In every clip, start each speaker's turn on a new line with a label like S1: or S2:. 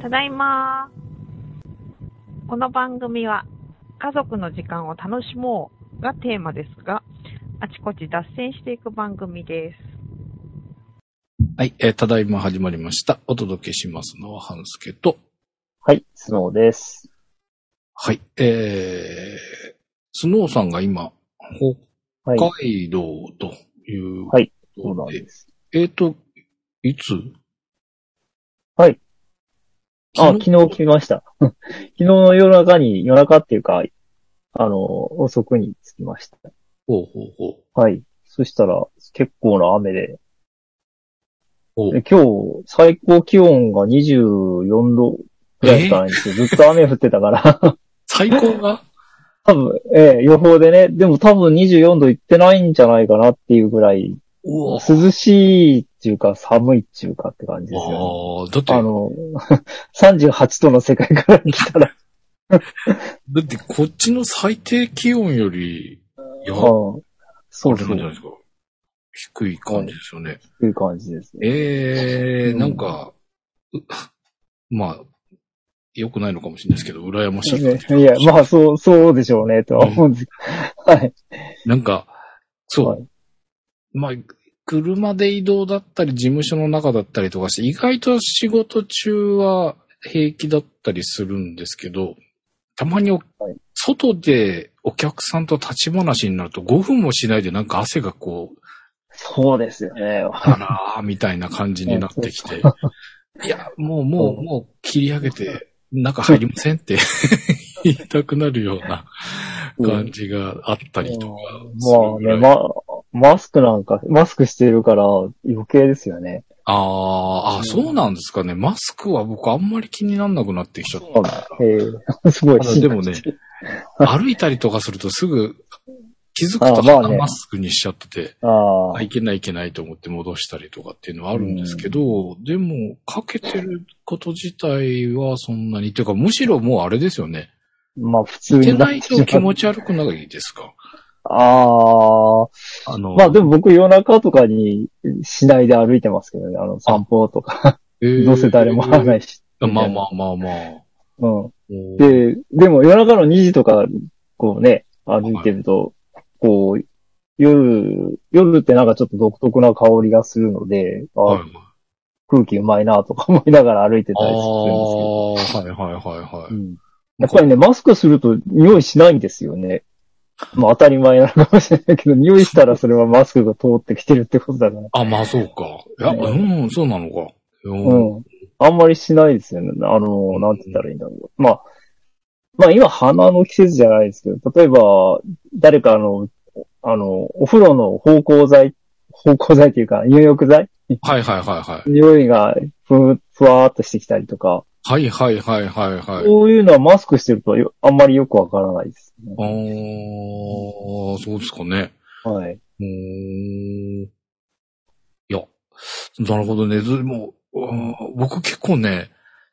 S1: ただいま。この番組は、家族の時間を楽しもうがテーマですが、あちこち脱線していく番組です。
S2: はい、えーただいま始まりました。お届けしますのは半助と、
S3: はい、スノーです。
S2: はい、えー、スノーさんが今、
S3: はい、
S2: 北海道ということで、
S3: はいそうなんです。
S2: えっ、と、いつ
S3: はい。あ、
S2: 昨
S3: 昨
S2: 日
S3: 日聞きました。 昨日の夜中に、夜中っていうか、あの、遅くに着きました。
S2: ほうほうほう。
S3: はい。そしたら、結構な雨で、
S2: ほう
S3: で今日、最高気温が24度ぐらいしかないんですけど、ずっと雨降ってたから、
S2: 最高が
S3: 多分、ええ予報でね、でも多分24度いってないんじゃないかなっていうぐらい、
S2: うわ
S3: 涼しいっていうか、寒いっていうかって感じですよね。
S2: あーだって
S3: あ、の、38度の世界から来たら、
S2: だってこっちの最低気温より、いや、
S3: うんそう
S2: あれな
S3: そ
S2: ん
S3: う
S2: じゃないですか。低い感じですよね。
S3: という感じですね。
S2: ええ
S3: うん
S2: なんか、う まあ、良くないのかもしれないですけど、羨ましい。
S3: いや、まあ、そう、そうでしょうね、とは思うんですけど。はい。
S2: なんか、そう、
S3: はい
S2: まあ、車で移動だったり、事務所の中だったりとかして、意外と仕事中は平気だったりするんですけど、たまにお、
S3: はい
S2: 外でお客さんと立ち話になると5分もしないでなんか汗がこう、
S3: そうですよね。
S2: あらーみたいな感じになってきて、いや、もうもう、
S3: うん
S2: もう切り上げて、中入りませんって言いたくなるような感じがあったりとかす
S3: まあ
S2: るぐら
S3: ね、
S2: い。
S3: ま、マスクなんか、マスクしてるから余計ですよね。
S2: あー
S3: う
S2: あ、
S3: ん
S2: そうなんですかね。マスクは僕あんまり気になんなくなってきちゃっ
S3: そうなんええすごい
S2: た。ただでもね、歩いたりとかするとすぐ気づく
S3: あ
S2: と
S3: ーまあね
S2: 鼻マスクにしちゃってて、
S3: ああ、
S2: あいけないいけないと思って戻したりとかっていうのはあるんですけど、でも、かけてること自体はそんなに、というか、むしろもうあれですよね。
S3: まあ普通
S2: いけ
S3: になっ
S2: な
S3: て
S2: いと気
S3: う。
S2: 持ち悪くないですか。
S3: ああ、
S2: あの、
S3: まあでも僕夜中とかに市内で歩いてますけどね、あの散歩とか、
S2: えー
S3: どうせ誰も会わないし。
S2: まあまあまあまあ。
S3: うん。
S2: おー
S3: で、でも夜中の2時とか、こうね、歩いてると、こう、夜、夜ってなんかちょっと独特な香りがするので、あ、
S2: はい
S3: 空気うまいなとか思いながら歩いて
S2: あ
S3: たりするんですけど。
S2: あ、はいはいはいはい。
S3: うんやっぱりね、マスクすると匂いしないんですよね。まあ当たり前なのかもしれないけど、匂いしたらそれはマスクが通ってきてるってことだから。
S2: あ、まあそうか。いや、うん、そうなのか。うん。
S3: うん。あんまりしないですよね。あの、なんて言ったらいいんだろう。まあ、まあ今花の季節じゃないですけど、例えば、誰かあの、あの、お風呂の芳香剤、芳香剤っていうか、入浴剤
S2: はいはいはいはい。
S3: 匂いがふ、ふわーっとしてきたりとか、
S2: はいはいはいはいはい。
S3: そういうのはマスクしてるとよあんまりよくわからないです、ね。
S2: ああ、そうですかね。
S3: はい。
S2: うーんいや、なるほどね。ずもううん僕結構ね、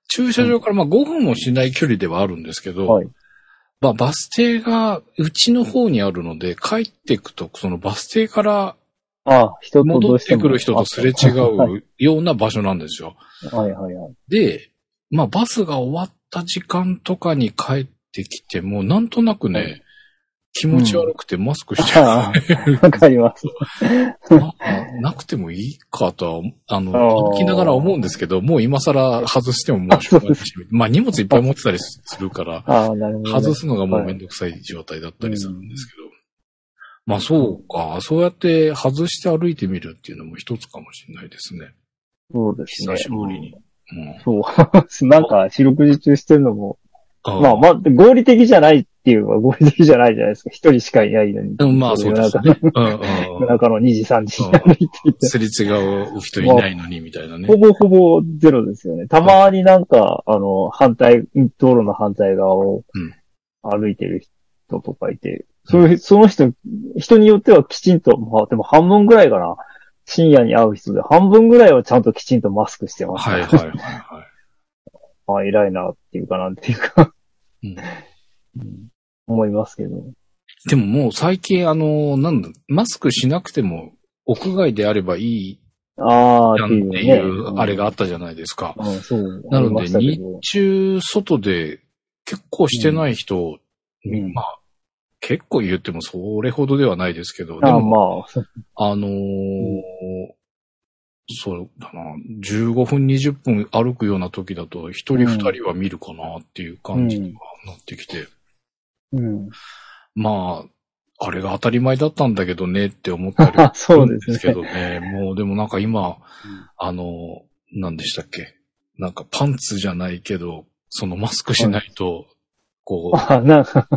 S2: 駐車場からまあ5分もしない距離ではあるんですけど、
S3: はい。
S2: まあバス停がうちの方にあるので、帰っていくと、そのバス停から
S3: あ、人とど
S2: 戻
S3: う
S2: っ
S3: して
S2: て
S3: も
S2: くる人とすれ違うような場所なんですよ。
S3: はいは いはい。
S2: で、まあバスが終わった時間とかに帰ってきても、なんとなくね、
S3: はい
S2: 気持ち悪くてマスクしちゃう
S3: ああわかります。
S2: な なくてもいいかとは、あの、
S3: あー
S2: 歩きながら思うんですけど、もう今更外してももうしょうがないし、まあ荷物いっぱい持ってたりするから、
S3: ああ、なるほどね、
S2: 外すのがもうめんどくさい状態だったりするんですけど。まあそうか、そうやって外して歩いてみるっていうのも一つかもしれないですね。
S3: そうですね。
S2: 久しぶりに。うん
S3: そう。 なんか、四六時中してるのも、
S2: あー
S3: まあまあ、合理的じゃないっていうのは合理的じゃないじゃないですか。一人しかいないのに。
S2: うんまあそうですね。うん うんう
S3: 夜
S2: ん
S3: 中の2時、3時に歩いていて。
S2: すれ違う人いないのにみたいなね
S3: ほ。ぼほぼゼロですよね。たまになんか、あの、反対、道路の反対側を
S2: うん
S3: 歩いてる人とかいて、そういう、その人、人によってはきちんと、まあでも半分ぐらいかな。深夜に会う人で、半分ぐらいはちゃんときちんとマスクしてます。
S2: はいはいはいはい。
S3: まあ偉いなっていうかなんていうか、
S2: うん
S3: 思いますけど。
S2: でももう最近あの、なんだ、マスクしなくても屋外であればいい
S3: ああ、
S2: なん
S3: ってていう
S2: い
S3: ね。
S2: う、あれがあったじゃないですか。
S3: うん。うん、そう。
S2: な
S3: あり
S2: の
S3: ま
S2: で、
S3: したけ
S2: 日
S3: ど
S2: 中、外で結構してない人、
S3: うん
S2: まあ、結構言ってもそれほどではないですけど、で
S3: ああ、
S2: も、
S3: まあ、
S2: あのーそうだな、15分、20分歩くような時だと、一人
S3: うん
S2: 二人は見るかなっていう感じにはなってきて、
S3: うん。
S2: まあ、あれが当たり前だったんだけどねって思ったりす
S3: そ
S2: る
S3: うんで
S2: ですすけ
S3: ね
S2: どね。もうでもなんか今、あの、何でしたっけなんかパンツじゃないけど、そのマスクしないと、こ
S3: ああ、なんか、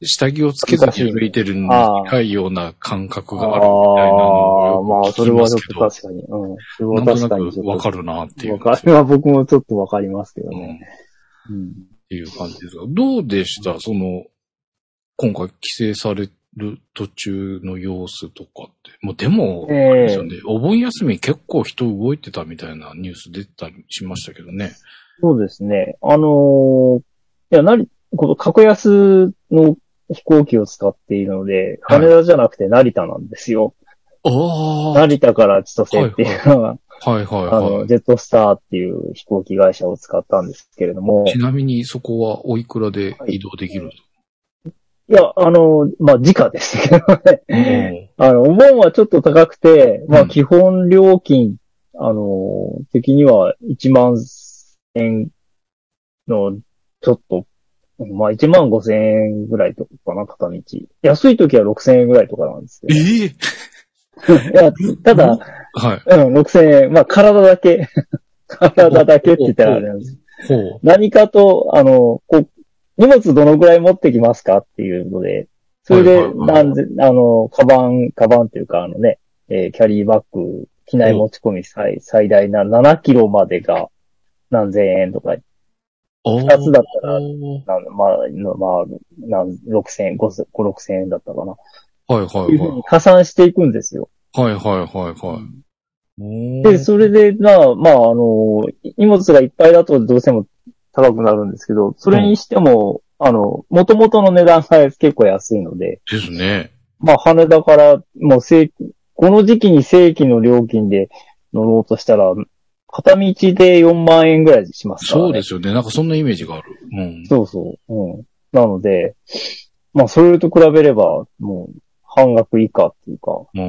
S2: う、下着をつけずに歩いてるのに近いような感覚があるみたいな
S3: あ
S2: の
S3: あ、
S2: を
S3: ま
S2: よ
S3: あ、
S2: く
S3: そ
S2: 聞
S3: れ
S2: きま
S3: は
S2: す
S3: ち
S2: け
S3: ょ
S2: ど
S3: っと、確かに。うん。それ
S2: な
S3: は
S2: んと
S3: 確
S2: な
S3: かにち
S2: く
S3: ょ
S2: わ
S3: っと。
S2: かるなっていう。
S3: わかる。は僕もちょっとわかりますけど
S2: うんっ
S3: ね。うん。
S2: ていう感じですが、どうでしたその、今回帰省される途中の様子とかって。もうでも、
S3: え
S2: あれ
S3: え
S2: ですよねお盆休み結構人動いてたみたいなニュース出たりしましたけどね。
S3: そうですね。あのーいや、なに、この格安の飛行機を使っているので、
S2: はい
S3: 羽田じゃなくて成田なんですよ。
S2: ああ、
S3: 成田から千歳っていうのは、
S2: はいはい
S3: あ
S2: は
S3: の、ジェットスターっていう飛行機会社を使ったんですけれども
S2: い。、ちなみにそこはおいくらで移動できるんです
S3: いや、あの、まあ、時価です けど
S2: か、
S3: ね。あの、お盆はちょっと高くて、ま
S2: う
S3: あ、
S2: ん
S3: 基本料金、あの、的には1万円の、ちょっと、まあ、1万5千円ぐらいとかかな、片道。安い時は6千円ぐらいとかなんですけ
S2: ええ
S3: ど。いや、ただ、
S2: はい。
S3: うん、6千円。まあ、体だけ。 体だけって言ったらあれなんです。
S2: ほう。
S3: 何かと、あの、こう、荷物どのぐらい持ってきますかっていうので、それ
S2: は
S3: で、
S2: いはいは
S3: ないんで、あの、カバン、カバンっていうか、あのね、えーキャリーバッグ、機内持ち込み最最大な7キロまでが何千円とか、
S2: 二
S3: 二つだったら
S2: はい
S3: なんまあ、のまあ、なん6千円、5、6千円だったかな。
S2: はいは
S3: いう
S2: い
S3: ふうに。加算していくんですよ。
S2: はいはいはいはい。お
S3: で、
S2: ー
S3: それで、まあ、まあ、あの、荷物がいっぱいだとどうしても高くなるんですけど、それにしても、あの、元々の値段が結構安いので、
S2: ですね。
S3: まあ、羽田から、もう正規、この時期に正規の料金で乗ろうとしたら、片道で4万円ぐらいしますから、ね。
S2: そうですよね。なんかそんなイメージがある。うん。
S3: そうそう。うん。なので、まあ、それと比べれば、もう、半額以下っていうか、ほ
S2: うんう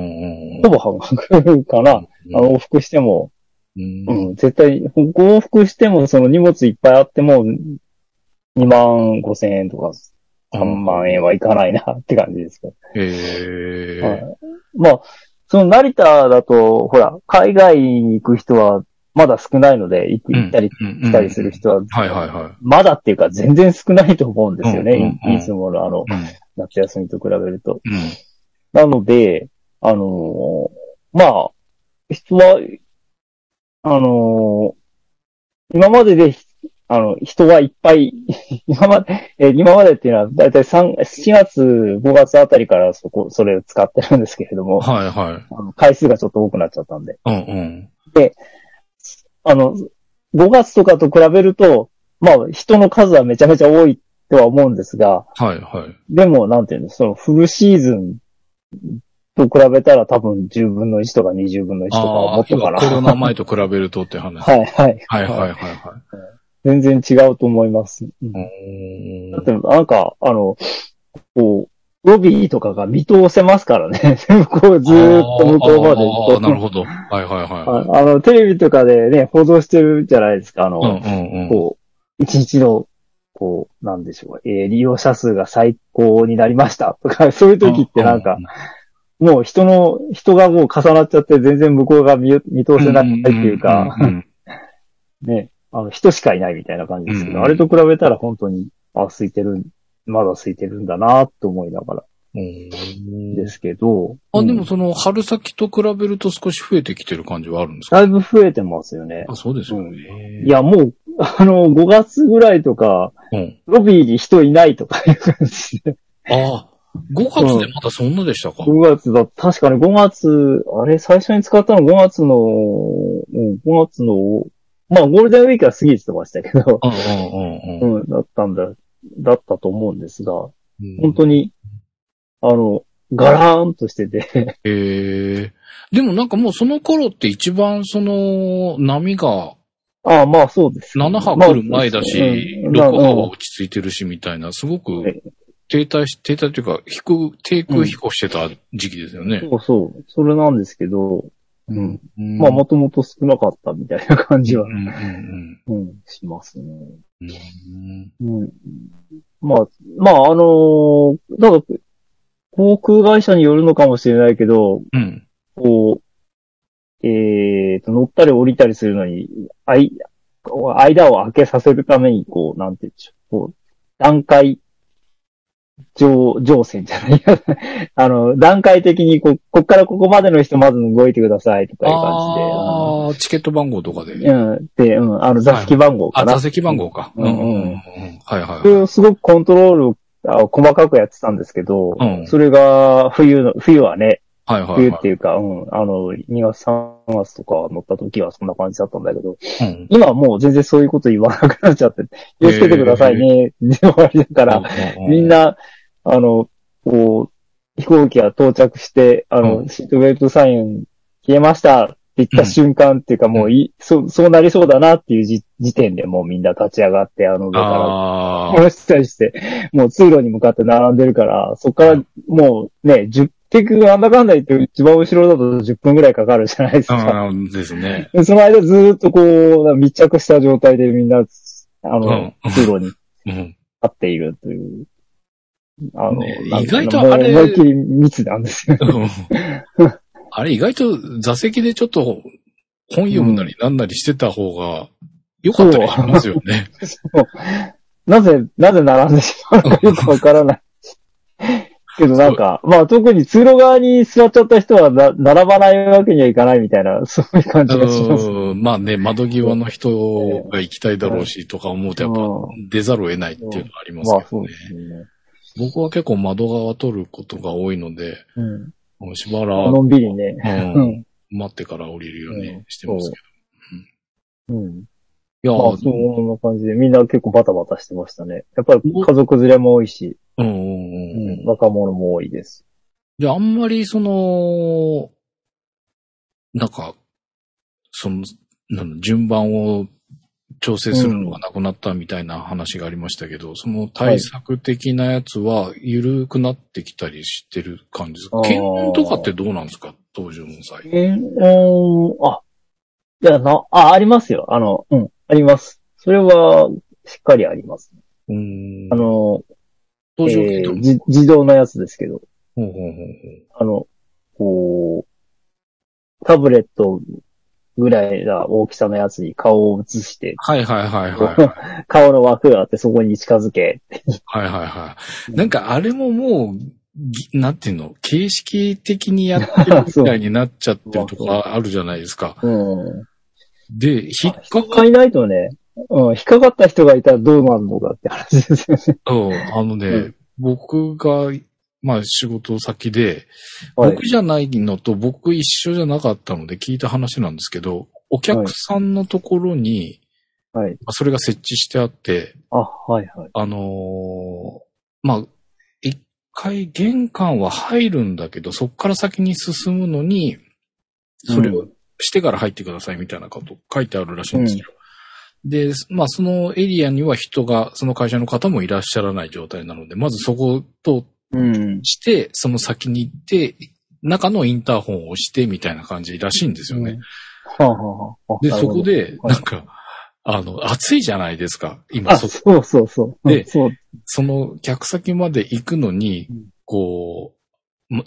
S2: ん
S3: ぼ半額かな。あの往復しても、
S2: うん。
S3: う
S2: うん
S3: ん、絶対、往復しても、その荷物いっぱいあっても、2万5千円とか、3万円はいかないなって感じですけど。
S2: へ
S3: は
S2: え。
S3: いまあ、その成田だと、ほら、海外に行く人はまだ少ないので、行く行ったり来たりする人は、
S2: はいはいは
S3: まだっていうか全然少ないと思うんですよね。
S2: うんうんうん
S3: いいつものあの、
S2: い。
S3: 夏休みと比べると。
S2: うん。うん。
S3: なので、あのーまあ、人は、あのー今までで、あの、人はいっぱい、 今まで、え今までっていうのは、だいたい3、4月、5月あたりからそこ、それを使ってるんですけれども、
S2: はいはい。
S3: あの、回数がちょっと多くなっちゃったんで。
S2: うんうん。
S3: あの、5月とかと比べると、まあ、人の数はめちゃめちゃ多いとは思うんですが、
S2: はいはい。
S3: でも、なんていうの、その、フルシーズンと比べたら多分10分の1とか20分の1とか
S2: あ
S3: も
S2: あ
S3: っ、とか
S2: 今
S3: な。
S2: コロナ前と比べるとって話。
S3: はいはい。
S2: はいはいはいは
S3: 全然違うと思います。うん
S2: い。
S3: だ
S2: お
S3: っ
S2: ー
S3: て、なんか、あの、こう、ロビーとかが見通せますからね。 向こう、ずーっと向こうまで
S2: あーあーあーなる
S3: 行
S2: ほど。はいはいは
S3: く。あの、テレビとかでね、報道してるじゃないですか。あの、
S2: い。うんうんうん。
S3: こう、一日の、こう、なんでしょう、えー利用者数が最高になりましたとか、そういう時ってなんか、もう人の、人がもう重なっちゃって全然向こうが見見通
S2: うんうん、
S3: せないっていうか、
S2: んんん。
S3: ね、あの、人しかいないみたいな感じです
S2: う
S3: け
S2: んう
S3: ど、
S2: ん
S3: あれと比べたら本当に、あ、空いてる、まだ空いてるんだなと思いながら
S2: うん
S3: ですけど、
S2: あ、で
S3: う
S2: も
S3: ん
S2: その春先と比べると少し増えてきてる感じはあるんですか
S3: だいぶ増えてますよね
S2: あ、。そうですよね。
S3: いや、もう、あの、5月ぐらいとか、
S2: うん。
S3: ロビーに人いないとかいう感じ で
S2: ああ、5月でまたそんなでしたか。
S3: 5月だ、確かに5月、あれ、最初に使ったの5月の、うん5月の、まあゴールデンウィークは過ぎてましたけど、
S2: うんうんうんうん。
S3: うん、だったんだ、だったと思うんですが、
S2: うん
S3: 本当に、あの、ガラーンとして て、
S2: ええでもなんかもうその頃って一番その波が
S3: ああ、まあそうです。
S2: 7波来る前だし、6
S3: まあ
S2: 波
S3: うんまあ
S2: は
S3: うん
S2: 落ち着いてるしみたいな、すごく
S3: はい
S2: 停滞し、停滞というか、低く、低空飛行してた時期ですよね。
S3: そうそう。それなんですけど、うん。
S2: うん
S3: まあもともと少なかったみたいな感じは
S2: う、んうん
S3: うん、しますね。
S2: うんうん。
S3: うん。まあ、まああのーただ、航空会社によるのかもしれないけど、
S2: うん。
S3: こう、えーと、乗ったり降りたりするのに、あい、こう間を空けさせるために、こう、なんていうんでしょう、こう、段階、上、上線じゃない あの、段階的に、こう、こっからここまでの人まず動いてください、とかいう感
S2: ああ、チケット番号とかで。
S3: じで。うん、で、うん、あの、座席番号か
S2: あ、
S3: な。
S2: 座席番号か。
S3: うんうん
S2: はいはい
S3: 僕
S2: はい。
S3: すごくコントロールをあ細かくやってたんですけど、
S2: うん
S3: それが、冬の、冬はね、
S2: はいはい
S3: 冬
S2: は
S3: っていうか、うん、あの、2月3月とか乗った時はそんな感じだったんだけど、
S2: い。うん
S3: 今はもう全然そういうこと言わなくなっちゃって、気をつけてくださいね、で終わりだから、
S2: う
S3: みんな、あの、こう、飛行機が到着して、あの、
S2: うん
S3: シートベルトサイン消えましたって言った瞬間っていうか、もうい、そう、そうなりそうだなっていうじ時点でもうみんな立ち上がって、あの上から
S2: ああ、
S3: 話したりして、もう通路に向かって並んでるから、そこからもうね、10、結局なんだかんだ言って一番後ろだと10分くらいかかるじゃないですか。
S2: うんですね。
S3: でその間ずーっとこう、密着した状態でみんな、あの、
S2: うん
S3: 通路に立
S2: うん。
S3: っているという。あの、
S2: ね
S3: なんていうの
S2: 意外とあれ
S3: もう思いっきり密なんですよ。
S2: うんあれ意外と座席でちょっと本読むなりなんなりしてた方が良かったりしますよね。
S3: なぜ、なぜ並んでしまうのかよくわからない。 けどなんか、まあ特に通路側に座っちゃった人はな並ばないわけにはいかないみたいな、そういう感じがします。
S2: うんまあね、窓際の人が行きたいだろうしとか思うとやっぱ出ざるを得ないっていうのはあります
S3: まあ
S2: け
S3: そ
S2: ど
S3: う
S2: ね
S3: で。すね。
S2: 僕は結構窓側取ることが多いので、
S3: うん。
S2: もうしばら
S3: のんびりね。
S2: く、
S3: う
S2: うん、
S3: ん。
S2: 待ってから降りるようにしてますけ
S3: うん。
S2: ど。
S3: まあ、
S2: い
S3: そ
S2: やー、
S3: んな感じで、みんな結構バタバタしてましたね。やっぱり家族連れも多いし、
S2: うんうん
S3: う
S2: うんうん
S3: ん、若者も多いです。
S2: じゃあ、あんまり、その、なんか、その、なんだ順番を調整するのがなくなったみたいな話がありましたけど、その対策的なやつは緩くなってきたりしてる感じですか
S3: あー
S2: 検温とかってどうなんですか当時の際。
S3: えうん、あ、いや、な、あ、ありますよ。あの、うん、あります。それは、しっかりあります。
S2: うーん
S3: あ、の、え
S2: 当時は検
S3: ー
S2: 温
S3: じ自動のやつですけど、
S2: ほうほうほうほ
S3: あの、こう、タブレットぐらいな大きさのやつに顔を映して、
S2: うはいはいはいはい。
S3: 顔の枠があってそこに近づけ
S2: はいはい はい。なんかあれももう、ぎなんていうの、形式的にやってるみたいになっちゃってるとかあるじゃないですか。
S3: うん。
S2: で、引っか
S3: 人が
S2: か
S3: いないとね、うん、引っかかった人がいたらどうなるのかって話ですよね。
S2: うんあのね、
S3: うん
S2: 僕が、まあ仕事先で、
S3: はい
S2: 僕。じゃないのと僕一緒じゃなかったので聞いた話なんですけど、お客さんのところに、
S3: はい。
S2: まあそれが設置してあって、
S3: あ、はいはい。
S2: あのーまあ、一回玄関は入るんだけど、そっから先に進むのに、それをしてから入ってくださいみたいなこと書いてあるらしいんですよ。で、まあそのエリアには人が、その会社の方もいらっしゃらない状態なので、まずそこを通
S3: うん。
S2: して、その先に行って、中のインターホンを押してみたいな感じらしいんですよね。
S3: うんはあ、はあはあ、
S2: で、
S3: な
S2: そ
S3: るほ
S2: こ
S3: ど
S2: で、
S3: はい
S2: なんか、あの、暑いじゃないですか、今、
S3: あ、
S2: そ
S3: そうそうそう。
S2: で
S3: うんそう。
S2: その客先まで行くのに
S3: うん、
S2: こう、ま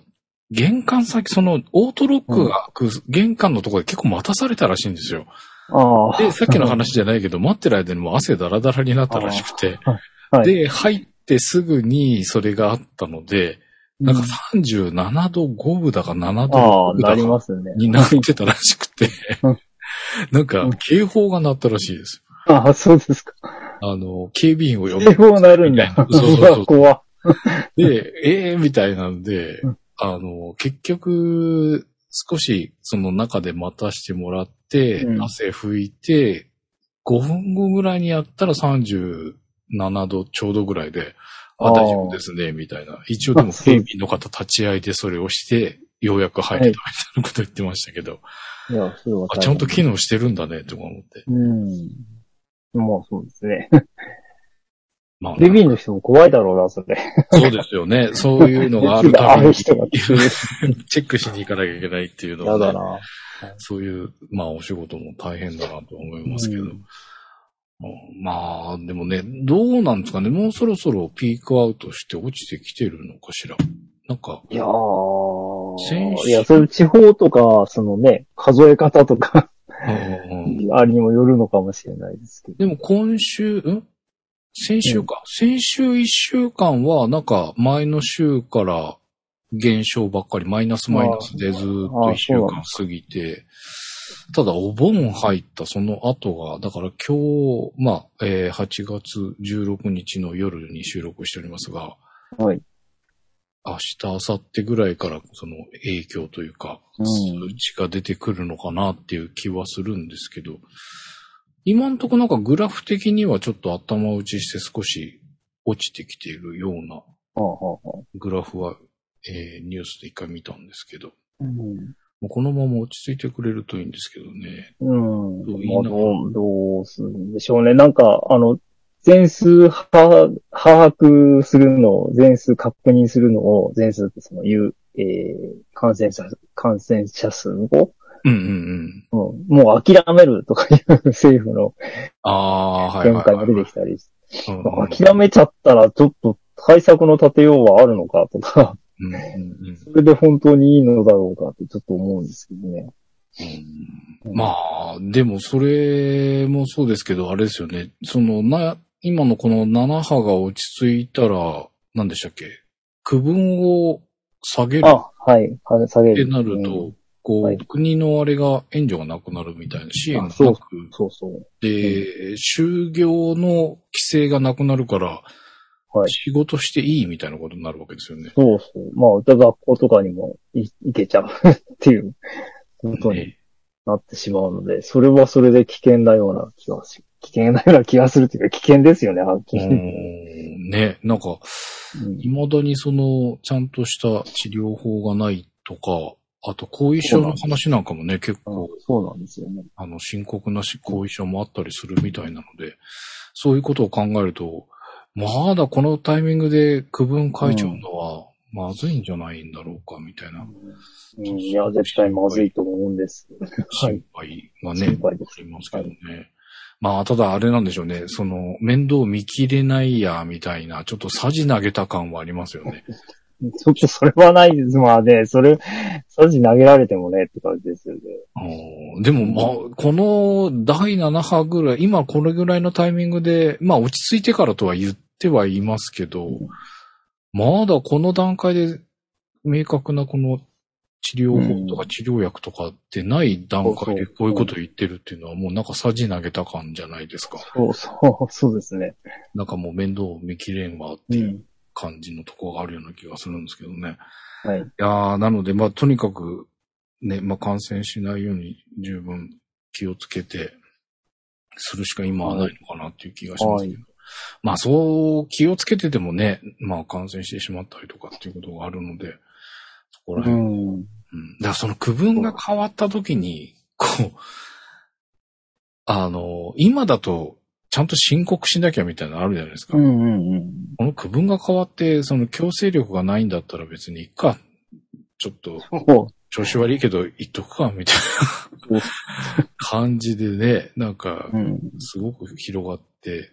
S2: 玄関先、そのオートロックが開く玄関のところで結構待たされたらしいんですよ。
S3: ああー。
S2: で、さっきの話じゃないけど、待ってる間にもう汗だらだらになったらしくて
S3: あ、はい
S2: で、入ってすぐにそれがあったので、なんか
S3: うん
S2: 37度5分だか7度
S3: ああ、
S2: 6分
S3: な
S2: だ
S3: り
S2: か
S3: ますよね。
S2: になってたらしくて
S3: うん、
S2: なんか
S3: うん
S2: 警報が鳴ったらしいです。
S3: ああ、そうですか。
S2: あの、警備員を呼ん
S3: 警
S2: で
S3: 報なるんだ。
S2: そうそうそう
S3: わ怖っ
S2: で、ええみたいなんで
S3: うん、
S2: あの、結局、少し、その中で待たしてもらって、
S3: うん
S2: 汗拭いて、5分後ぐらいにやったら37度ちょうどぐらいで、あ、大丈夫ですね、みたいな。一応でも、
S3: そう
S2: 警備員の方立ち会いでそれをして、ようやく入れたみたいなこと言ってましたけど、
S3: いや、それは
S2: あ、ちゃんと機能してるんだね、とか思って。
S3: うん。まあそうですね。
S2: まあ、
S3: 警備員の人も怖いだろうな、それ。
S2: そうですよね。そういうのがあるた
S3: あ
S2: め
S3: る
S2: に、
S3: 人 が。
S2: チェックしに行かなきゃいけないっていうの
S3: 嫌
S2: は
S3: だ
S2: ね、
S3: な。
S2: そういう、まあお仕事も大変だなと思いますけど。
S3: うん
S2: まあ、でもね、どうなんですかね。もうそろそろピークアウトして落ちてきてるのかしら。なんか、
S3: いやー
S2: 選手
S3: いや、そういう地方とか、そのね、数え方とか、
S2: うんうん
S3: あれにもよるのかもしれないですけど。
S2: でも今週、ん先週か。先週一週間は、なんか前の週から減少ばっかり、マイナスマイナスでずーっと一週
S3: あーそうなん
S2: 間過ぎて、ただお盆入ったその後が、だから今日、まあ、えー8月16日の夜に収録しておりますが、
S3: はい。
S2: 明日、明後日ぐらいからその影響というか、
S3: うん
S2: 数値が出てくるのかなっていう気はするんですけど、今んとこなんかグラフ的にはちょっと頭打ちして少し落ちてきているような
S3: はあはあはあ
S2: グラフは、えーニュースで一回見たんですけど、
S3: うん。
S2: もうこのまま落ち着いてくれるといいんですけどね。
S3: うん。
S2: どう
S3: まあ、どう、どうするんでしょうね。なんか、あの、全数把把握するのを、全数確認するのを、全数ってその言う、えー、感染者、感染者数を、
S2: うんうんうん。
S3: うん、もう諦めるとかいう政府の
S2: ああー、はいは
S3: 見
S2: い、
S3: 解
S2: は
S3: が
S2: い
S3: 出てきたりし
S2: うんうん
S3: て、諦めちゃったらちょっと対策の立てようはあるのかとか、
S2: うんうんうん
S3: それで本当にいいのだろうかってちょっと思うんですけどね。
S2: うんまあ、でもそれもそうですけど、あれですよね。そのな、今のこの7波が落ち着いたら、何でしたっけ区分を下げるっ
S3: あ、はい、は下げ
S2: て
S3: る。
S2: なる
S3: うん
S2: と、こう、
S3: はい
S2: 国のあれが援助がなくなるみたいな支援がな
S3: あそう
S2: く
S3: そうそう。
S2: で、就業の規制がなくなるから、
S3: はい。
S2: 仕事していいみたいなことになるわけですよね。
S3: そうそう。まあ、だ学校とかにもい行けちゃう っていうことに
S2: ね
S3: なってしまうので、それはそれで危険なような気がし、危険なような気がするっていうか、危険ですよね、はっき
S2: う
S3: り。
S2: んね、なんか、
S3: うん
S2: 未だにその、ちゃんとした治療法がないとか、あと後遺症の話なんかもね、結
S3: あ
S2: 構、
S3: そうなんですよね。
S2: あの、深刻なし後遺症もあったりするみたいなので、そういうことを考えると、まだこのタイミングで区分書いちゃうのは、まずいんじゃないんだろうか、みたいな
S3: うん、いや、絶対まずいと思うんです。はい
S2: 心配がね、
S3: 心配で
S2: あ
S3: す。
S2: りますけどね。まあ、ただあれなんでしょうね。その、面倒見きれないや、みたいな、ちょっとさじ投げた感はありますよね。
S3: ちょっとそれはないです。まあね、それ、サジ投げられてもねって感じですよね。
S2: おーでも、まあ、この第7波ぐらい、今これぐらいのタイミングで、まあ落ち着いてからとは言ってはいますけど、まだこの段階で明確なこの治療法とか治療薬とかってない段階でこういうことを言ってるっていうのはもうなんかさじ投げた感じゃないですか。
S3: そうそう、そうですね。
S2: なんかもう面倒見きれんわっていう感じのところがあるような気がするんですけどね。
S3: はい。
S2: いやーなので、まあ、とにかく、ね、まあ、感染しないように十分気をつけて、するしか今はないのかなっていう気がしますけど。
S3: は
S2: まあ、そう気をつけててもね、まあ、感染してしまったりとかっていうことがあるので、そこら
S3: う
S2: 辺。うん。だ
S3: ん。
S2: から、その区分が変わった時に、こう、あの、今だと、ちゃんと申告しなきゃみたいなのあるじゃないですか。
S3: うんうんうん。
S2: この区分が変わって、その強制力がないんだったら別にいっか。ちょっと、
S3: そう
S2: 調子悪いけど、言っとくか、みたいな感じでね、なんか
S3: う、ん。
S2: すごく広がって、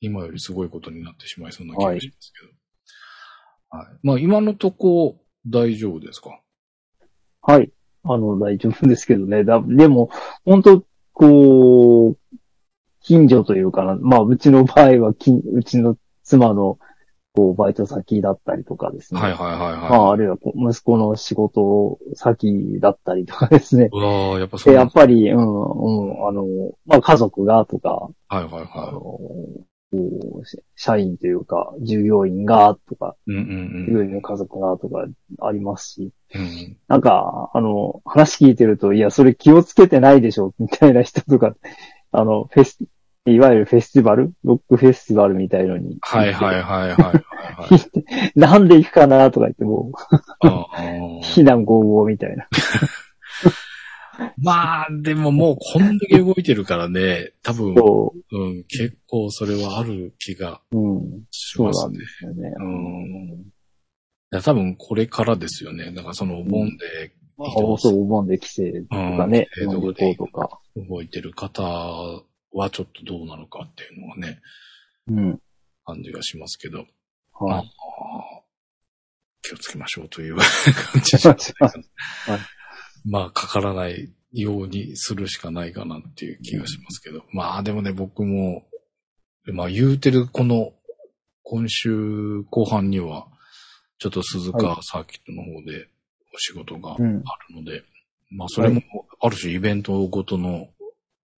S2: 今よりすごいことになってしまいそうな気がしますけど。はい。まあ、今のとこ、大丈夫ですか
S3: はい。あの、大丈夫ですけどね。だでも、本当こう、近所というかな、まあ、うちの場合は、きうちの妻の、こう、バイト先だったりとかですね。
S2: はいはいはい
S3: ま
S2: は
S3: あ、あるいは、こう息子の仕事先だったりとかですね
S2: い。。うわーやっぱそ
S3: で、
S2: う
S3: や
S2: なん
S3: っぱり、うん、うん、あの、まあ、家族がとか、
S2: はいはい
S3: あ
S2: は
S3: の、こう、し社員というか、従業員がとか、
S2: い。うんうん
S3: 従業員の家族がとか、ありますし、
S2: うんうん。
S3: なんか、あの、 話聞いてると、いや、それ気をつけてないでしょ、みたいな人とか、あの、フェス、いわゆるフェスティバルロックフェスティバルみたいのに。
S2: はいはいはいはいはい、はい。
S3: なんで行くかなとか言ってもう、
S2: あー
S3: 避難合合みたいな。
S2: まあ、でももうこんだけ動いてるからね、多分、
S3: そ
S2: うん、結構それはある気が
S3: う。うん。
S2: し
S3: そう
S2: ます
S3: なん
S2: ね
S3: で。すよね。
S2: うん。いや、多分これからですよね。だからそのお盆で
S3: まあ、そう、お盆で帰省とかね、
S2: うん
S3: その旅行とか。
S2: 動いてる方はちょっとどうなのかっていうのはね、
S3: うん。
S2: 感じがしますけど、
S3: は
S2: あー
S3: い。
S2: 気をつけましょうという感じじゃないかな。
S3: はい
S2: まあ、かからないようにするしかないかなっていう気がしますけど。まあ、でもね、僕も、まあ、言うてるこの、今週後半には、ちょっと鈴鹿サーキットの方でお仕事があ
S3: うん。
S2: るので、まあ、それも、ある種イベントごとの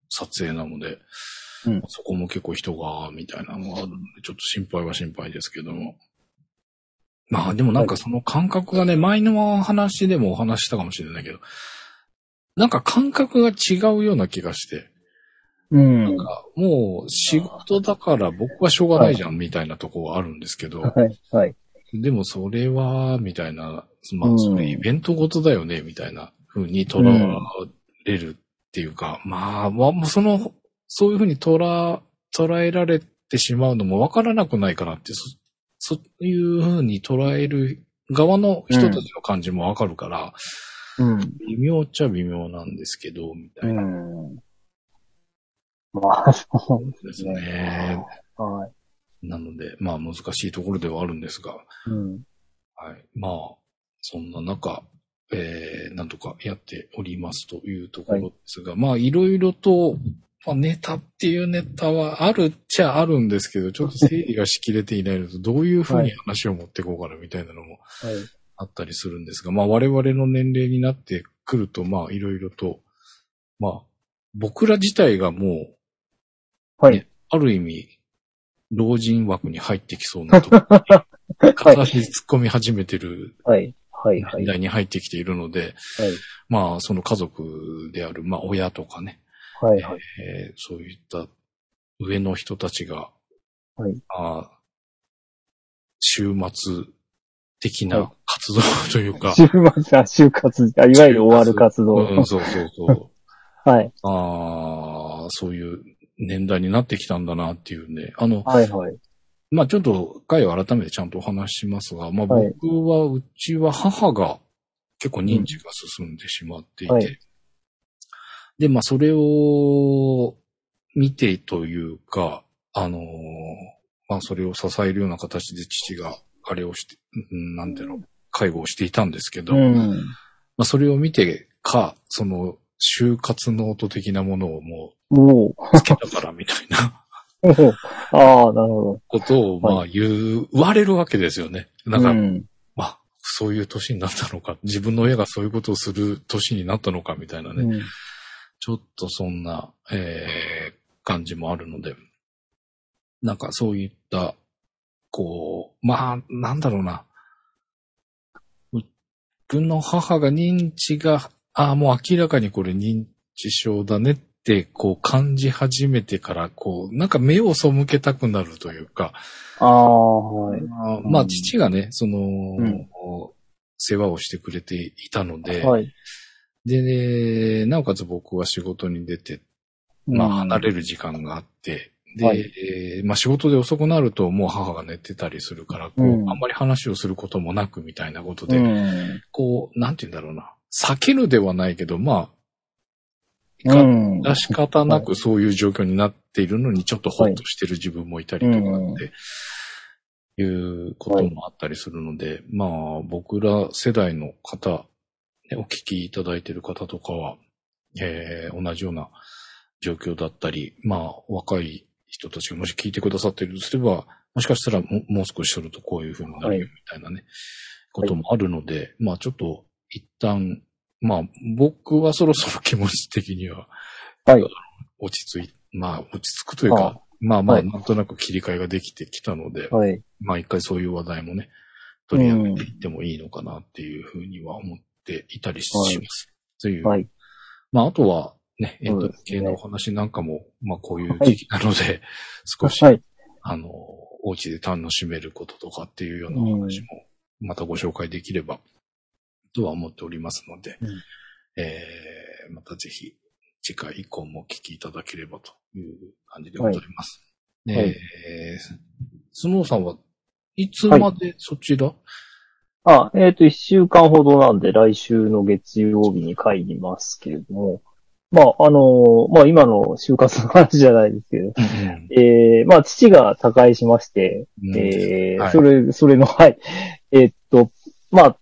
S2: 撮影なので、
S3: うん
S2: そこも結構人が、みたいなのがあるので、ちょっと心配は心配ですけども。まあ、でもなんかその感覚がね、前の話でもお話ししたかもしれないけど、なんか感覚が違うような気がして、
S3: うん。
S2: なん
S3: は
S2: かもう仕事だから僕はしょうがないじゃんみたいなとこはあるんですけど、
S3: い、はい。
S2: でもそれは、みたいな、ま
S3: う
S2: あ、
S3: ん
S2: それイベントごとだよね、みたいな風に捉われるっていうか、まあ、まあ、もうその、そういう風に捉、捉えられてしまうのもわからなくないかなって、そ、そういう風に捉える側の人たちの感じもわかるから、
S3: うん。
S2: 微妙っちゃ微妙なんですけど、みた
S3: う。
S2: いなん
S3: まあ、そ
S2: ですね。
S3: う。はい。
S2: なので、まあ難しいところではあるんですが、
S3: うん。
S2: はい。まあ、そんな中、えー、なんとかやっておりますというところですが、まあ、いろいろと、まあ、ネタっていうネタはあるっちゃあるんですけど、ちょっと整理がしきれていないのと、どういうふうに話を持っていこうかなみたいなのも
S3: はい。
S2: あったりするんですが、まあ、我々の年齢になってくると、まあ、いろいろと、まあ、僕ら自体がもう、
S3: はい。
S2: ある意味、老人枠に入ってきそうなところ、片足突っ込み始めてる
S3: はい。はい。は
S2: 時
S3: い。
S2: 代に入ってきているので、まあ、その家族である、まあ、親とかね、
S3: はい。はい。
S2: えーそういった上の人たちが、
S3: はい
S2: あー週末的
S3: は
S2: ない活動というか、
S3: 週末、あ、就活、あいわゆる終わる活動。
S2: うん、そうそう そう。
S3: はい。
S2: ああ、そういう年代になってきたんだなっていうね。あの、
S3: はい。はい。
S2: まあちょっと回を改めてちゃんとお話ししますが、まあ
S3: はい
S2: 僕は、うちは母が結構認知が進んでしまっていて、
S3: はい
S2: で、まあそれを見てというか、あのーまあそれを支えるような形で父があれをして、うんなんていうの、介護をしていたんですけど、
S3: うん。
S2: まあそれを見てか、その、就活ノート的なものをも
S3: も
S2: うつけたからみたいな。
S3: う、もう、ああ、なるほど。
S2: ことを、まあ
S3: は
S2: 言う、言われるわけですよね。だから、
S3: うん。
S2: まあ、そういう年になったのか、自分の親がそういうことをする年になったのかみたいなね、
S3: うん
S2: ちょっとそんな、えー感じもあるので、なんかそういった、こう、まあ、なんだろうな。僕の母が認知が、ああ、もう明らかにこれ認知症だねって、こう感じ始めてから、こう、なんか目を背けたくなるというか、
S3: ああ、はい。
S2: あ
S3: うん
S2: まあ、父がね、その、
S3: ん
S2: 世話をしてくれていたので、
S3: はい。
S2: で、ねなおかつ僕は仕事に出て、まあ、離れる時間があって、で、
S3: はい
S2: えーまあ、仕事で遅くなると、もう母が寝てたりするから、こう、
S3: うん
S2: あんまり話をすることもなくみたいなこと
S3: う
S2: で、
S3: ん。
S2: こう、なんて言うんだろうな、避けるではないけど、まあ、
S3: う
S2: か
S3: ん。
S2: 出し方な
S3: は
S2: くそういう状況になっているのに、ちょっとホッとしてる自分もいたりとか
S3: うん
S2: って、いうこともあったりするので、まあ、僕ら世代の方、ねお聞きいただいている方とかは、えー同じような状況だったり、まあ、若い人たちがもし聞いてくださっているとすれば、もしかしたらももう少しするとこういうふうになるよみたいなね、こともあるので、まあちょっと一旦、まあ僕はそろそろ気持ち的には
S3: はい。
S2: 落ち着い、まあ落ち着くというか、
S3: あ
S2: まあま
S3: は
S2: あ
S3: い
S2: なんとなく切り替えができてきたので、
S3: はい。
S2: まあ一回そういう話題もね、取り上げていってもいいのかなっていうふうには思っていたりします。という、
S3: はい。
S2: まああとは、ね、エンド系のお話なんかも、まあこういう
S3: はい
S2: 時期なので、少し、
S3: はい。
S2: あの、お家で楽しめることとかっていうようなお話も、またご紹介できれば、とは思っておりますので、
S3: うん
S2: えー、またぜひ、次回以降もお聞きいただければという感じでございます。
S3: いはい
S2: えー、スノーさんはいつまでそちら、
S3: あ、えっ、と、一週間ほどなんで、来週の月曜日に帰りますけれども、まあ、あのーまあ、今の就活の話じゃないですけど、
S2: うん
S3: えー、まあ、父が他界しまして、
S2: うん
S3: えー
S2: はい
S3: それ、それの、はい。えっと、まあ、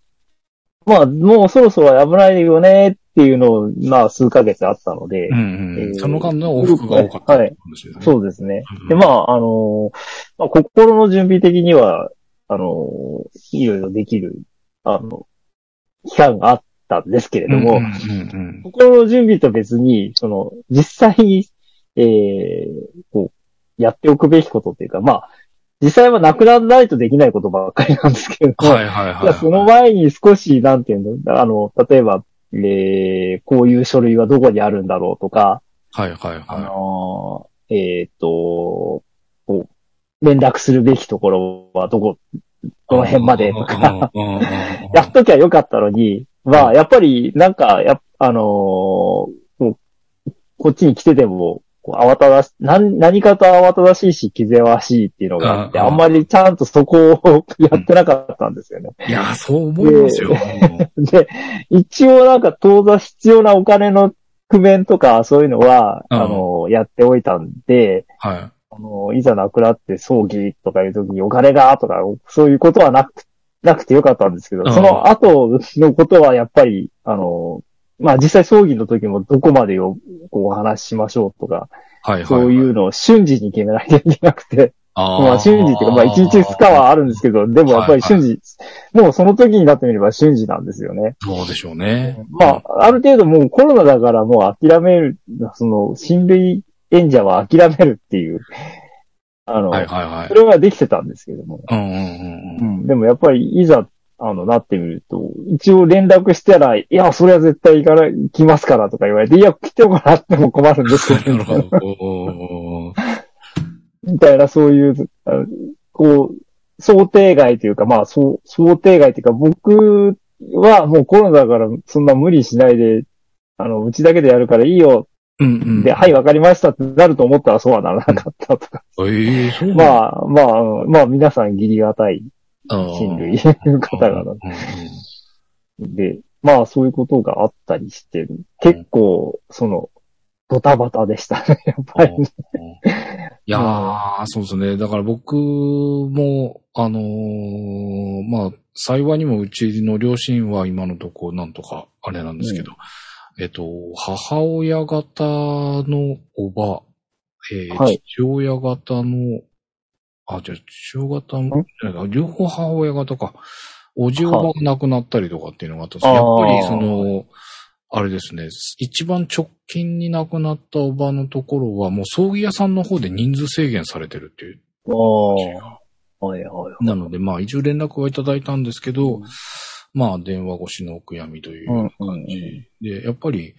S3: まあ、もうそろそろ危ないよねっていうのを、まあ、数ヶ月あったので、
S2: うん
S3: え
S2: うん。
S3: ー
S2: その間の往復が多かったって話ですね。
S3: そうですね。
S2: うん
S3: で、まあ、あのまあ、心の準備的には、あのいろいろできる、あの、期間があったんですけれども、
S2: うんうん
S3: 心の準備と別に、その、実際に、えー、こう、やっておくべきことっていうか、まあ、実際はなくならないとできないことばっかりなんですけれど
S2: うん。
S3: も、
S2: はいはい
S3: い
S2: は
S3: や
S2: い。
S3: その前に少し、なんていうの、あの、例えば、えー、こういう書類はどこにあるんだろうとか、
S2: はいはい
S3: あ
S2: は
S3: のーえーっ、と、こう、連絡するべきところはどこ、
S2: い。
S3: この辺までとか、
S2: うんうんうんうんうん。
S3: やっときゃよかったのに、ま
S2: う
S3: あ、
S2: ん
S3: やっぱり、なんか、やっあのーこうこっちに来てても、こう慌ただし、なん何かと慌ただしいし、気ぜわしいっていうのがあって、
S2: うん
S3: あ
S2: うん
S3: んまりちゃんとそこをやってなかったんですよね。
S2: いや、そう思いますよ。
S3: で、一応なんか当座必要なお金の工面とか、そういうのは、
S2: うん
S3: あのーやっておいたんで、
S2: は
S3: あの、いざ亡くなって葬儀とかいう時にお金がとか、そういうことはなく、なくてよかったんですけ
S2: う
S3: ど、
S2: ん
S3: その後のことはやっぱり、あの、まあ、実際葬儀の時もどこまでをこうお話ししましょうとか、
S2: い。はいはい。
S3: そういうのを瞬時に決めないといけなくて、
S2: あー、
S3: まあ瞬時っていうか、まあ一日二日はあるんですけど、でもやっぱり瞬時、もうその時になってみれば瞬時なんですよね。
S2: そうでしょうね。
S3: まあ、ある程度もうコロナだからもう諦める、その、親類演者は諦めるっていう、あの、
S2: はいはいはい
S3: そ。れはできてたんですけども。
S2: うんうんうんうん。
S3: でもやっぱり、いざ、あの、なってみると、一応連絡したら、いや、それは絶対行かない、来ますからとか言われて、いや、来てもらっても困るんで す
S2: な
S3: けど
S2: る、ほど。
S3: みたいな、そういう、あのこう、想定外というか、まあ、そう、想定外というか、僕はもうコロナだから、そんな無理しないで、あの、うちだけでやるからいいよ、
S2: うんうん。
S3: で、はい、わかりましたってなると思ったらそうはならなかったとか。
S2: ええ、そうなんだ
S3: まあ、まあ、うんまあ、皆さんギリがたい人類、 の方々
S2: うんうん
S3: で、まあそういうことがあったりして、結構、その、ドタバタでしたね、やっぱり。
S2: いやー、そうですね。だから僕も、あのーまあ、幸いにもうちの両親は今のとこなんとかあれなんですけど、えっと、母親方のおば、えー
S3: はい
S2: 父親方の、あ、じゃあ父親方も、両方母親方か、おじおばが亡くなったりとかっていうのがあったんですけど
S3: はい
S2: やっぱりその、あれですね、一番直近に亡くなったおばのところは、もう葬儀屋さんの方で人数制限されてるっていう。
S3: ああ。はいはいはい。
S2: なので、まあ一応連絡はいただいたんですけど、まあ電話越しのお悔やみという
S3: うんうん
S2: 感じ。で、やっぱり、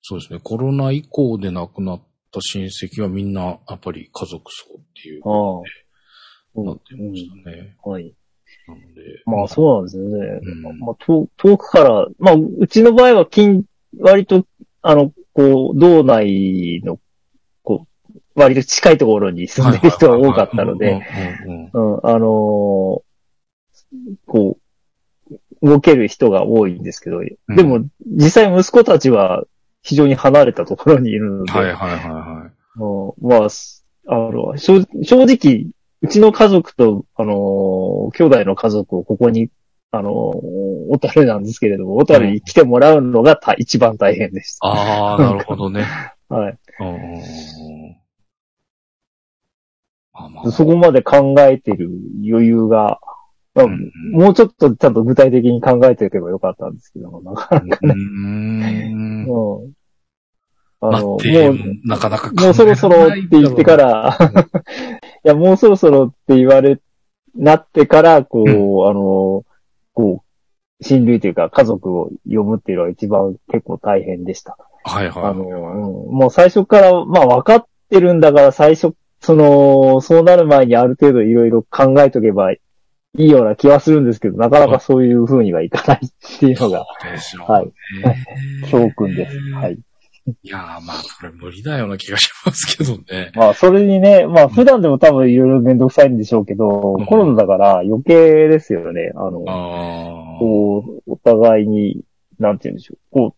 S2: そうですね、コロナ以降で亡くなった親戚はみんな、やっぱり家族葬っていう
S3: あ、あ。う
S2: なってまし
S3: ん、
S2: たね。
S3: はい。
S2: なので。
S3: まあそうなんですよね。
S2: うん
S3: まあ遠遠くから、まあうちの場合は近、割と、あの、こう、道内の、こう、割と近いところに住んでる人が多かったので、
S2: うんうんうん
S3: うん、あのーこう、動ける人が多いんですけど、
S2: ん
S3: でも、実際息子たちは非常に離れたところにいるので、
S2: はいはいはいはい。
S3: うんまあ、すあの、正正直、うちの家族と、あのー兄弟の家族をここに、あのー小樽なんですけれども、小樽に来てもらうのがた一番大変でし
S2: ああ、なるほどね。
S3: た。はい。
S2: うんうんうんうんまあまあ
S3: そこまで考えてる余裕が、まあ
S2: うんうん
S3: もうちょっとちゃんと具体的に考えておけばよかったんですけども、なんか
S2: うーん。
S3: うん。あ
S2: まあ、
S3: の、もう、
S2: 提案なかなか考えられない
S3: もうそろそろって言ってから、 いや、もうそろそろって言われ、なってから、こう、
S2: うん
S3: あの、こう、親類というか家族を呼ぶっていうのは一番結構大変でした。
S2: あはい
S3: あ
S2: は
S3: の、うんもう最初から、まあ分かってるんだから最初、その、そうなる前にある程度いろいろ考えとけばいいような気はするんですけど、なかなかそういう風にはいかないっていうのが、
S2: い。でしょう
S3: はい、
S2: ね
S3: 教訓です。はい。
S2: いやー、まあ、それ無理だような気がしますけどね。
S3: まあ、それにね、まあ、普段でも多分いろいろめんどくさいんでしょうけど、
S2: ん
S3: コロナだから余計ですよね。あの、
S2: あー
S3: こう、お互いに、なんて言うんでしょう。こ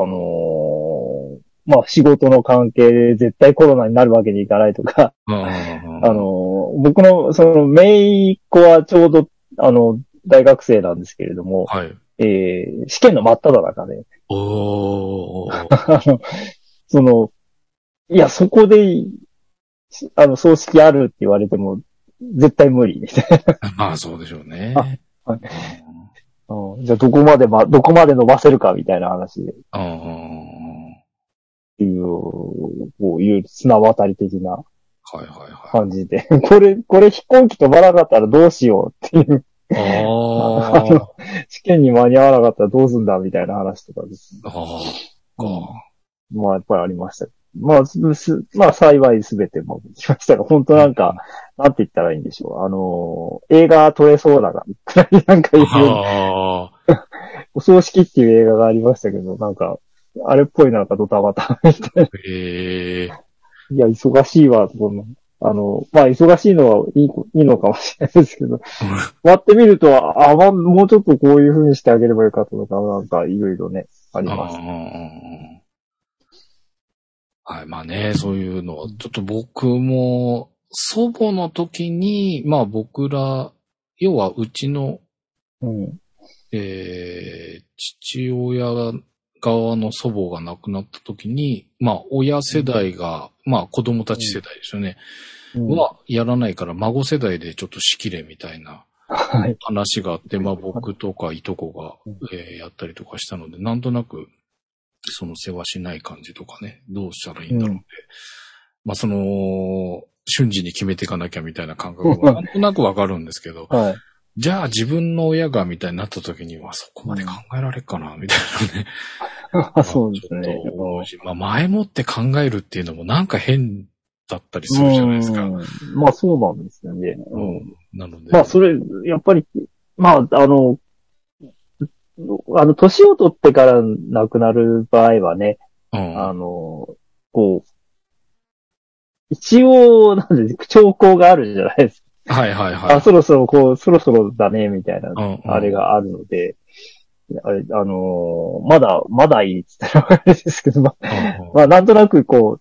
S3: う、あのーまあ、仕事の関係で絶対コロナになるわけにいかないとか、
S2: うん。
S3: あの、僕の、その、姪っ子はちょうど、あの、大学生なんですけれども、
S2: はい。
S3: えー試験の真っ只中で、
S2: おー。
S3: あの、その、いや、そこで、しあの、葬式あるって言われても、絶対無理、みたい
S2: まあ、そうでしょうね。
S3: あはいな。 うんじゃあ、どこまでま、どこまで伸ばせるか、みたいな話で、っ
S2: うん。
S3: ていう、こういう綱渡り的な
S2: はいはいは
S3: 感じで、 これ、これ飛行機飛ばなかったらどうしようっていう、
S2: い。あ
S3: あの、試験に間に合わなかったらどうすんだ、みたいな話とかですね
S2: あ。ああ。
S3: まあ、やっぱりありました。まあ、すすまあ、幸いすべてもきましたが、本当なんか、なんて言ったらいいんでしょう。あのー映画撮れそうだな、くらいなんかいう、
S2: ああ。
S3: お葬式っていう映画がありましたけど、なんか、あれっぽいなんかドタバタ みたい
S2: ええ。
S3: な。いや、忙しいわ、この。あの、まあ、忙しいのはいいこ、いいのかもしれないですけど、割ってみると、あ、まあ、もうちょっとこういう風にしてあげればよかったのか、なんか、いろいろね、あり
S2: あ
S3: ます。
S2: あ。はい、まあね、そういうのは、ちょっと僕も、祖母の時に、まあ僕ら、要はうちの、
S3: うん。
S2: えー、父親側の祖母が亡くなった時に、まあ親世代が、まあ子供たち世代ですよね、
S3: うん
S2: はやらないから孫世代でちょっと仕切れみたいな
S3: はい。
S2: 話があって、まあ僕とかいとこが、えーやったりとかしたので、なんとなく、その世話しない感じとかね、どうしたらいいんだろうって、まあその、瞬時に決めていかなきゃみたいな感覚はなんとなくわかるんですけど、
S3: はい。
S2: じゃあ自分の親がみたいになった時にはそこまで考えられっかな、みたいなね。
S3: あ そうですね。
S2: ちょっと思うしまあ前もって考えるっていうのもなんか変だったりするじゃないですか。
S3: うんまあそうなんですよね。
S2: うんなので。
S3: まあそれ、やっぱり、まああの、あの、年を取ってから亡くなる場合はね、
S2: うん
S3: あの、こう、一応、なんで、兆候があるじゃないです
S2: はいはい
S3: か。
S2: は
S3: あ、
S2: い。
S3: そろそろ、こう、そろそろだね、みたいな、
S2: うんうん
S3: あれがあるので、あれ、あのまだ、まだいいって言ったらあれですけど、まあ
S2: うんうん
S3: まあ、なんとなく、こう、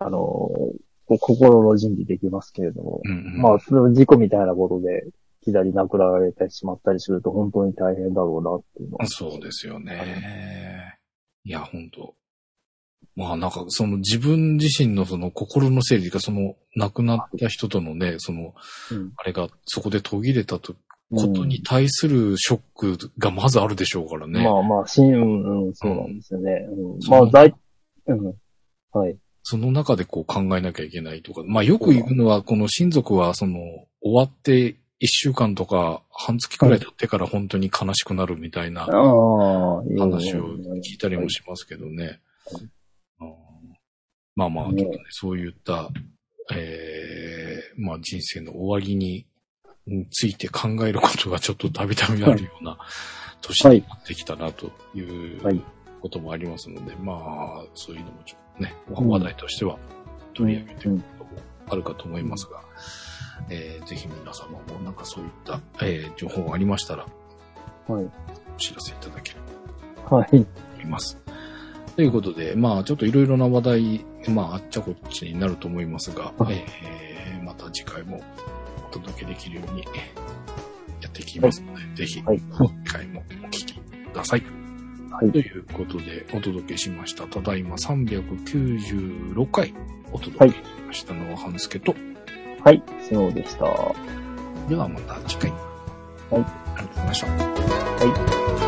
S3: あのこう心の準備できますけれども、
S2: うんうん
S3: まあ、その事故みたいなことで、左なくなられてしまったりすると本当に大変だろうなっていうのは。
S2: そうですよね。いや、本当まあなんか、その自分自身のその心の整理が、その亡くなった人とのね、その、
S3: うん
S2: あれがそこで途切れたとことに対するショックがまずあるでしょうから
S3: うん
S2: ね。
S3: まあまあ、しん、うん、うん、そうなんですよね。うん
S2: そう
S3: まあ、大、うん。はい。
S2: その中でこう考えなきゃいけないとか。まあよく言うのは、この親族はその終わって一週間とか半月くらい経ってから本当に悲しくなるみたいな。
S3: ああ、いいね
S2: 話を聞いたりもしますけどね。うんまあまあ、ちょっとね、そういった、ええまあ人生の終わりについて考えることがちょっとたびたびあるような年になってきたなという
S3: はい
S2: こともありますので、まあ、そういうのもちょっとね、
S3: ん
S2: 話題としては取り上げてい
S3: うん
S2: くこともあるかと思いますが、えーぜひ皆様もなんかそういった、えー情報がありましたら
S3: はい。
S2: お知らせいただければ
S3: はい。
S2: 思います。ということで、まあ、ちょっといろいろな話題、まあ、あっちゃこっちになると思いますが、
S3: はい
S2: えーまた次回もお届けできるようにやっていきますので、ぜひ、
S3: はい。
S2: 次回もお聞きください。
S3: はい
S2: ということで、お届けしました。ただいま396回お届けしましたのは、半助と、
S3: はい。そうでした。
S2: ではまた次回。
S3: い
S2: ありがとうございました。
S3: はい。